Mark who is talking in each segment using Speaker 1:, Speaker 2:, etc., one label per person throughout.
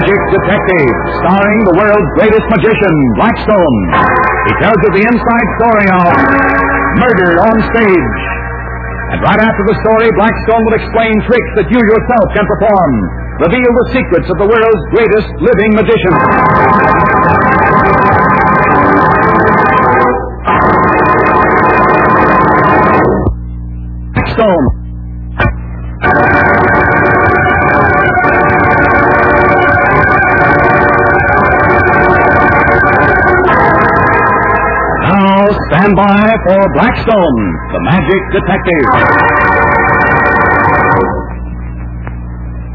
Speaker 1: Detective, starring the world's greatest magician, Blackstone. He tells you the inside story of Murder on Stage. And right after the story, Blackstone will explain tricks that you yourself can perform, reveal the secrets of the world's greatest living magician. Blackstone. Now stand by for Blackstone, the magic detective.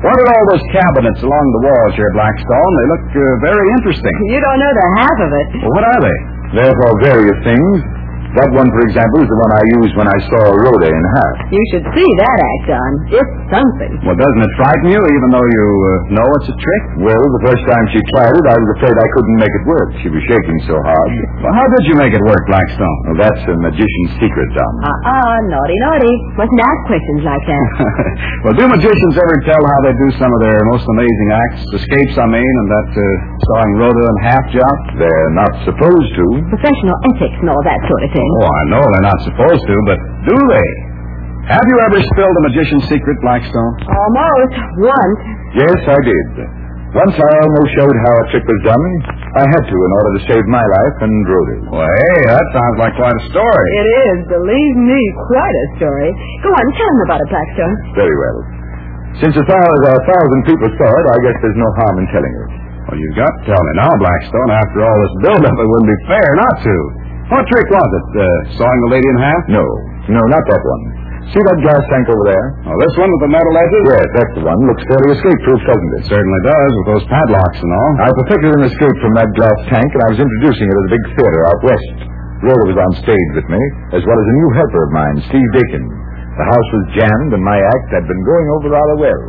Speaker 1: What are all those cabinets along the walls here, Blackstone? They look uh, very interesting.
Speaker 2: You don't know the half of it.
Speaker 1: Well, what are they? They're for various things. That one, for example, is the one I used when I saw Rhoda in half.
Speaker 2: You should see that act on. It's something.
Speaker 1: Well, doesn't it frighten you, even though you uh, know it's a trick? Well, the first time she tried it, I was afraid I couldn't make it work. She was shaking so hard. Well, how did you make it work, Blackstone? Well, that's a magician's secret, Don.
Speaker 2: Uh-uh, naughty, naughty. Mustn't ask questions like that.
Speaker 1: well, do magicians ever tell how they do some of their most amazing acts? Escapes, I mean, and that uh, sawing Rhoda in half job? They're not supposed to.
Speaker 2: Professional ethics and all that sort of thing.
Speaker 1: Oh, I know they're not supposed to, but do they? Have you ever spilled a magician's secret, Blackstone?
Speaker 2: Almost. Once.
Speaker 1: Yes, I did. Once I almost showed how a trick was done. I had to in order to save my life and Rhoda's. Well, hey, that sounds like quite a story.
Speaker 2: It is, believe me, quite a story. Go on, tell them about it, Blackstone.
Speaker 1: Very well. Since a thousand, a thousand people saw it, I guess there's no harm in telling you. Well, you've got to tell me now, Blackstone. After all this buildup, it wouldn't be fair not to. What trick was it? Uh, sawing the lady in half? No. No, not that one. See that glass tank over there? Oh, this one with the metal edges? Yes, that's the one. Looks fairly escape-proof, doesn't it? Certainly does, with those padlocks and all. I perfected an escape from that glass tank, and I was introducing it at a big theater out west. Rhoda was on stage with me, as well as a new helper of mine, Steve Dakin. The house was jammed, and my act had been going over rather well.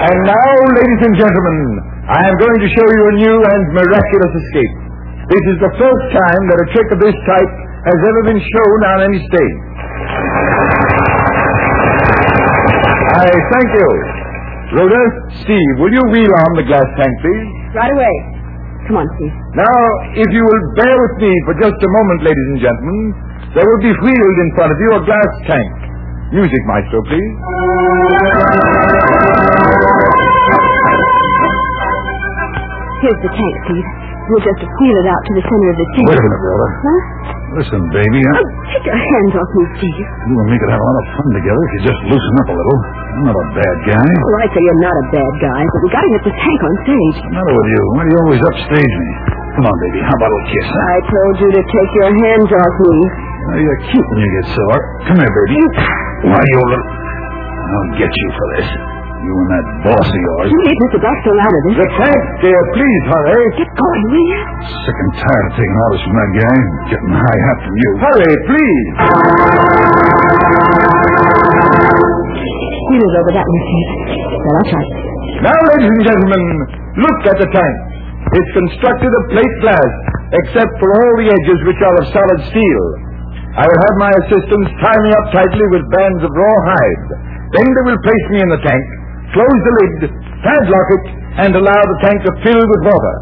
Speaker 1: And now, ladies and gentlemen, I am going to show you a new and miraculous escape. This is the first time that a trick of this type has ever been shown on any stage. I thank you. Rhoda, Steve, will you reel on the glass tank, please?
Speaker 2: Right away. Come on, Steve.
Speaker 1: Now, if you will bear with me for just a moment, ladies and gentlemen, there will be wheeled in front of you a glass tank. Music, maestro, please.
Speaker 2: Here's the tank, Steve. We'll just wheel it out to the center of the tank.
Speaker 1: Rhoda.
Speaker 2: Huh?
Speaker 1: Listen, baby,
Speaker 2: Oh, take your hands off me, Steve.
Speaker 1: you and me could have a lot of fun together if you just loosen up a little. I'm not a bad guy.
Speaker 2: All right, so Oh, you're not a bad guy, but we gotta get the tank on stage.
Speaker 1: What's the matter with you? Why do you always upstage me? Come on, baby. How about a little kiss? Huh?
Speaker 2: I told you to take your hands off me.
Speaker 1: Now, you're cute when you get sore. Come here, baby. Why, you little... I'll get you for this. You and that boss of yours.
Speaker 2: You leave Mr. Blackstone out of this.
Speaker 1: The tank, dear. Please hurry.
Speaker 2: Get going, will you?
Speaker 1: Sick and tired of taking orders from that guy and getting high hat from you. Hurry, please.
Speaker 2: Wheel it over that way, Steve. Well, I'll try.
Speaker 1: Now, ladies and gentlemen, look at the tank. It's constructed of plate glass, except for all the edges which are of solid steel. I will have my assistants tie me up tightly with bands of raw hide. Then they will place me in the tank, close the lid, padlock it, and allow the tank to fill with water.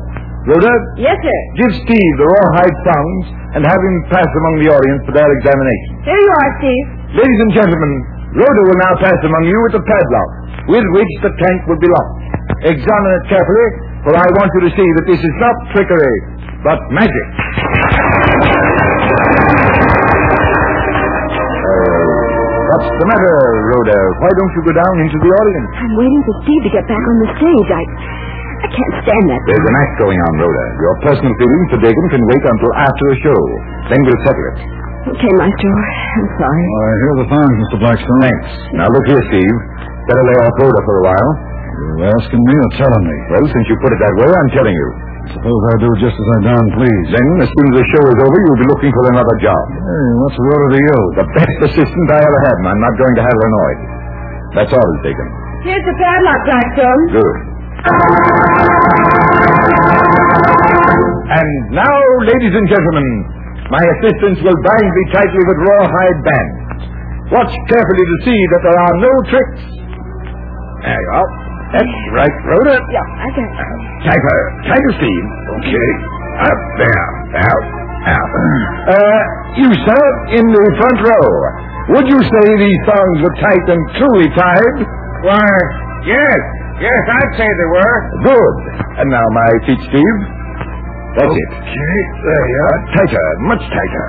Speaker 1: Rhoda,
Speaker 2: Yes, sir.
Speaker 1: give Steve the raw hide thongs and have him pass among the audience for their examination.
Speaker 2: There you are, Steve.
Speaker 1: Ladies and gentlemen, Rhoda will now pass among you with the padlock, with which the tank will be locked. Examine it carefully, for I want you to see that this is not trickery, but magic. What's the matter, Rhoda? Why don't you go down into the audience?
Speaker 2: I'm waiting for Steve to get back on the stage. I, I can't stand that.
Speaker 1: There's an act going on, Rhoda. Your personal feelings for Dakin can wait until after the show. Then we'll settle it.
Speaker 2: Okay, Maestro. I'm sorry.
Speaker 1: I hear the sound, Mr. Blackstone. Thanks. Now look here, Steve. Better lay off Rhoda for a while. You're asking me or telling me? Well, since you put it that way, I'm telling you. Suppose I do just as I darn please. Then, as soon as the show is over, you'll be looking for another job. Hey, what's Rhoda to you? The best assistant I ever had, and I'm not going to have her annoyed. That's all it's taken.
Speaker 2: Here's the padlock, Blackstone.
Speaker 1: Good. And now, ladies and gentlemen, my assistants will bind me tightly with rawhide bands. Watch carefully to see that there are no tricks There you are. That's right, Rhoda.
Speaker 2: Yeah, I got it.
Speaker 1: Take her. Take her, Steve. Okay. Up, down, out, out. Uh, you, sir, in the front row. Would you say these thongs were tight and truly tied? Why, yes. Yes, I'd say they were. Good. And now my feet, Steve. That's it. Okay. There you are. Tighter. Much tighter.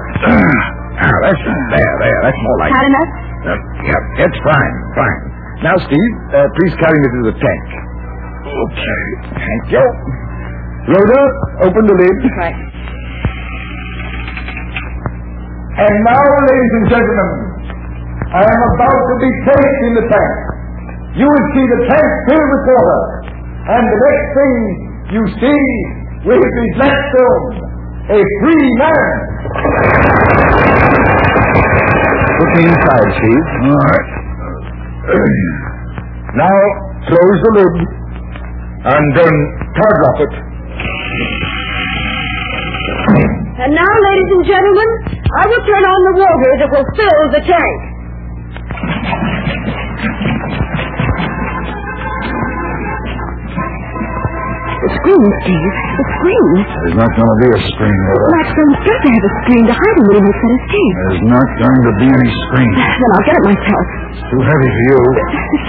Speaker 1: now, that's... There, there. That's more like it.
Speaker 2: Tight enough?
Speaker 1: Uh, yeah, that's fine, fine. Now, Steve, uh, please carry me to the tank. Okay. Thank you. Rhoda, open the lid.
Speaker 2: Right.
Speaker 1: And now, ladies and gentlemen, I am about to be placed in the tank. You will see the tank filled with water. And the next thing you see will be Blackstone, a free man. Put me inside, Steve. All right. Now, close the lid. And then padlock it.
Speaker 2: And now, ladies and gentlemen, I will turn on the water that will fill the tank. The screen, Steve. The screen.
Speaker 1: There's not going to be a screen, Laura.
Speaker 2: Blackstone's got to um, have a screen to hide him when he makes that escape.
Speaker 1: There's not going to be any screen.
Speaker 2: Then I'll get it myself.
Speaker 1: It's too heavy for you.
Speaker 2: The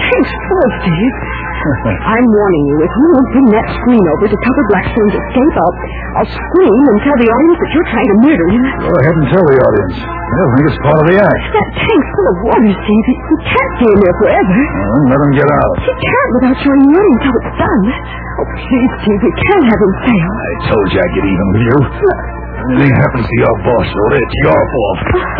Speaker 2: tank's full, Steve. I'm warning you, if you don't bring that screen over to cover Blackstone's escape, I'll, I'll scream and tell the audience that you're trying to murder him.
Speaker 1: Go ahead and tell the audience. They'll think it's part of the act.
Speaker 2: That tank's full of water, Steve. He, he can't stay in there forever.
Speaker 1: Well, let them get out.
Speaker 2: He can't without showing you until it's done. Oh, please, Steve, we can't have him fail.
Speaker 1: I told you I'd get even with you. Anything happens to your boss, Laura, it's your fault.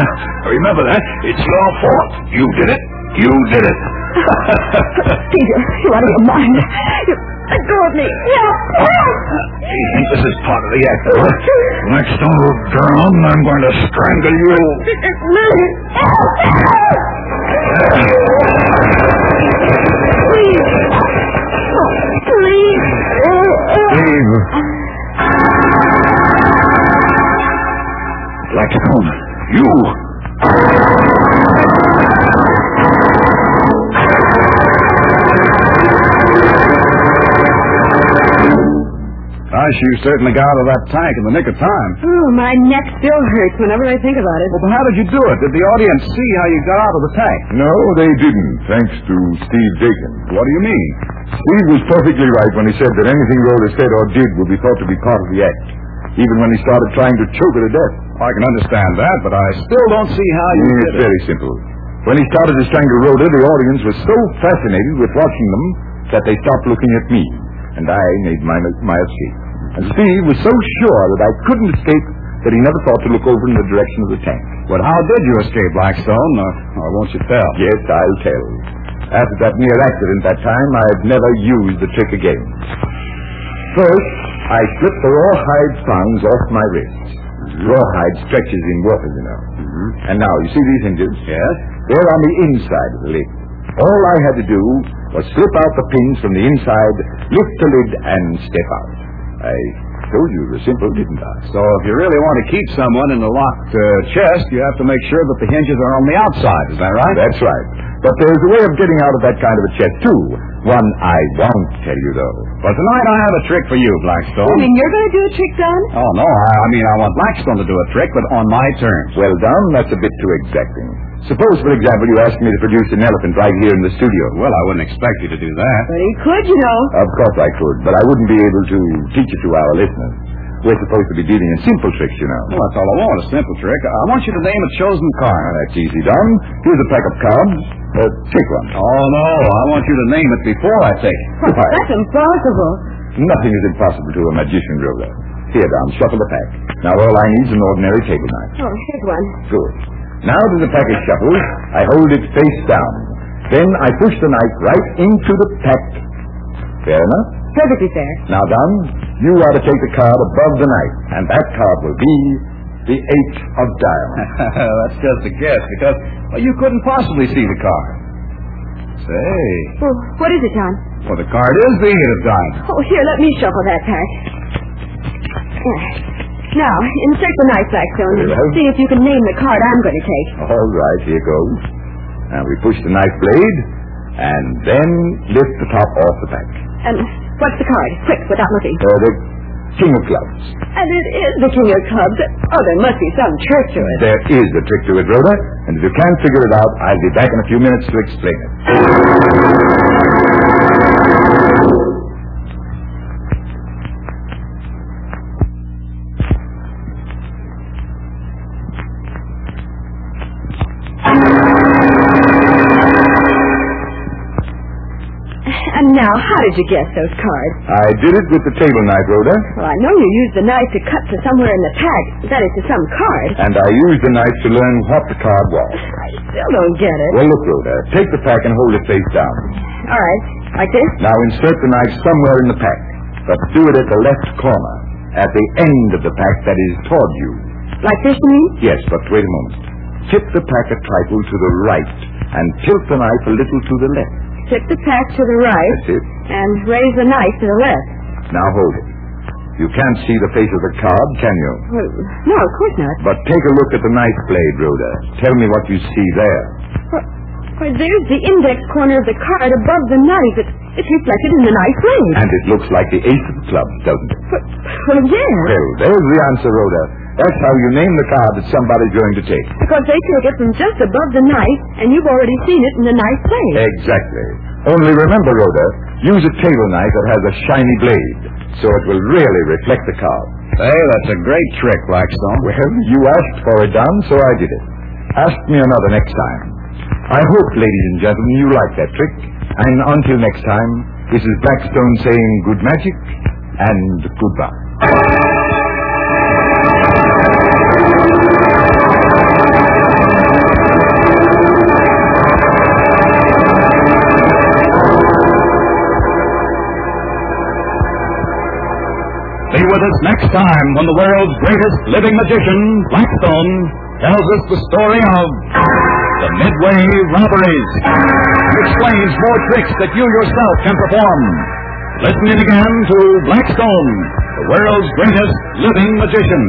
Speaker 1: Remember that. It's your fault. You did it. You did it.
Speaker 2: Steve, you're, you're out of your mind. You, let go of me. Help! Help!
Speaker 1: You think this is part of the act, Laura? Next time we're drowned, I'm going to strangle you.
Speaker 2: Murder! Help! Help! Please. Oh, please. Oh, oh.
Speaker 1: Eve. Blackstone, you. Gosh, you certainly got out of that tank in the nick of time.
Speaker 2: Oh, my neck still hurts whenever I think about it.
Speaker 1: Well, but how did you do it? Did the audience see how you got out of the tank?
Speaker 3: No, they didn't, thanks to Steve Dakin.
Speaker 1: What do you mean?
Speaker 3: Steve was perfectly right when he said that anything Rhoda said or did would be thought to be part of the act, even when he started trying to choke her to death. Mm,
Speaker 1: I can understand that, but I still don't see how you
Speaker 3: It's
Speaker 1: did it.
Speaker 3: very simple. When he started to strangle Rhoda, the audience was so fascinated with watching them that they stopped looking at me, and I made my, my escape. And Steve was so sure that I couldn't escape that he never thought to look over in the direction of the tank.
Speaker 1: But how did you escape Blackstone? Or, or won't you tell?
Speaker 3: Yes, I'll tell. After that near accident that time, I've never used the trick again. First, I slipped the rawhide thongs off my wrists. Rawhide stretches in water, you know. And now, you see these hinges?
Speaker 1: Yes?
Speaker 3: They're on the inside of the lid. All I had to do was slip out the pins from the inside, lift the lid, and step out. I told you it was simple, didn't I?
Speaker 1: So if you really want to keep someone in a locked uh, chest, you have to make sure that the hinges are on the outside. Is that right?
Speaker 3: That's right. But there's a way of getting out of that kind of a chest, too. One I won't tell you, though.
Speaker 1: Well, tonight I have a trick for you,
Speaker 2: You
Speaker 1: Blackstone.
Speaker 2: mean you're going to do a trick, Don?
Speaker 1: Oh, no, I, I mean, I want Blackstone to do a trick, but on my terms.
Speaker 3: Well, Don, that's a bit too exacting. Suppose, for example, you asked me to produce an elephant right here in the studio.
Speaker 1: Well, I wouldn't expect you to do that.
Speaker 2: But he could, you know.
Speaker 3: Of course I could, but I wouldn't be able to teach it to our listeners. We're supposed to be dealing in simple tricks, you know.
Speaker 1: Well, that's all I want, a simple trick. I want you to name a chosen
Speaker 3: Now,
Speaker 1: card.
Speaker 3: that's easy, Don. Here's a pack of cards. Uh, take one.
Speaker 1: Oh, no, I want you to name it before I take it.
Speaker 3: Why,
Speaker 2: That's impossible.
Speaker 3: nothing is impossible to a magician, Rhoda. Here, Don, shuffle the pack. Now, all I need is an ordinary table knife.
Speaker 2: Oh, here's one.
Speaker 3: Good. Now that the pack is shuffled, I hold it face down. Then I push the knife right into the pack. Fair enough.
Speaker 2: Perfectly fair.
Speaker 3: Now, Don, you are to take the card above the knife, and that card will be the eight of diamonds.
Speaker 1: that's just a guess, because well, you couldn't possibly see the card. Say,
Speaker 2: Well, what is it, Don?
Speaker 1: well, the card is the eight of diamonds.
Speaker 2: Oh, here, let me shuffle that pack. Yeah. Now, insert the knife, Blackstone.
Speaker 3: Very well.
Speaker 2: See if you can name the card I'm going to take.
Speaker 3: All right, here goes. Now we push the knife blade
Speaker 1: and then lift the top off the back.
Speaker 2: And Um, what's the card? Quick, without looking.
Speaker 1: Uh, the king of clubs.
Speaker 2: And it is the king of clubs. Oh, there must be some trick to it.
Speaker 1: There is a trick to it, Rhoda, and if you can't figure it out, I'll be back in a few minutes to explain it.
Speaker 2: And now, how did you guess those cards?
Speaker 1: I did it with the table knife, Rhoda,
Speaker 2: Well, I know you used the knife to cut to somewhere in the tag. That is to some card.
Speaker 1: and I used the knife to learn what the card was.
Speaker 2: I still don't get it.
Speaker 1: Well, look, Rhoda, take the pack and hold it face down.
Speaker 2: All right, like this?
Speaker 1: Now insert the knife somewhere in the pack, but do it at the left corner, at the end of the pack that is toward you.
Speaker 2: Like this, you mean?
Speaker 1: Yes, but wait a moment. Tip the pack a trifle to the right and tilt the knife a little to the left.
Speaker 2: Tip the pack to the right
Speaker 1: That's it.
Speaker 2: and raise the knife to the left.
Speaker 1: Now hold it. You can't see the face of the card, can you?
Speaker 2: Well, no, of course not.
Speaker 1: But take a look at the knife blade, Rhoda. Tell me what you see there.
Speaker 2: Why, there's the index corner of the card above the knife. It's, it's reflected in the knife blade.
Speaker 1: And it looks like the ace of clubs, doesn't it?
Speaker 2: But- Well, yeah.
Speaker 1: Well, there's the answer, Rhoda. That's how you name the card that somebody's going to take.
Speaker 2: Because they take it from just above the knife, and you've already seen it in the knife blade.
Speaker 1: Exactly. Only remember, Rhoda, use a table knife that has a shiny blade, so it will really reflect the card.
Speaker 4: Hey, that's a great trick, Blackstone.
Speaker 1: Well, you asked for it, Don, so I did it. Ask me another next time. I hope, ladies and gentlemen, you like that trick. And until next time, this is Blackstone saying good magic and goodbye.
Speaker 4: Be with us next time when the world's greatest living magician, Blackstone, tells us the story of the Midway robberies and explains more tricks that you yourself can perform. Listen in again to Blackstone, the world's greatest living magician.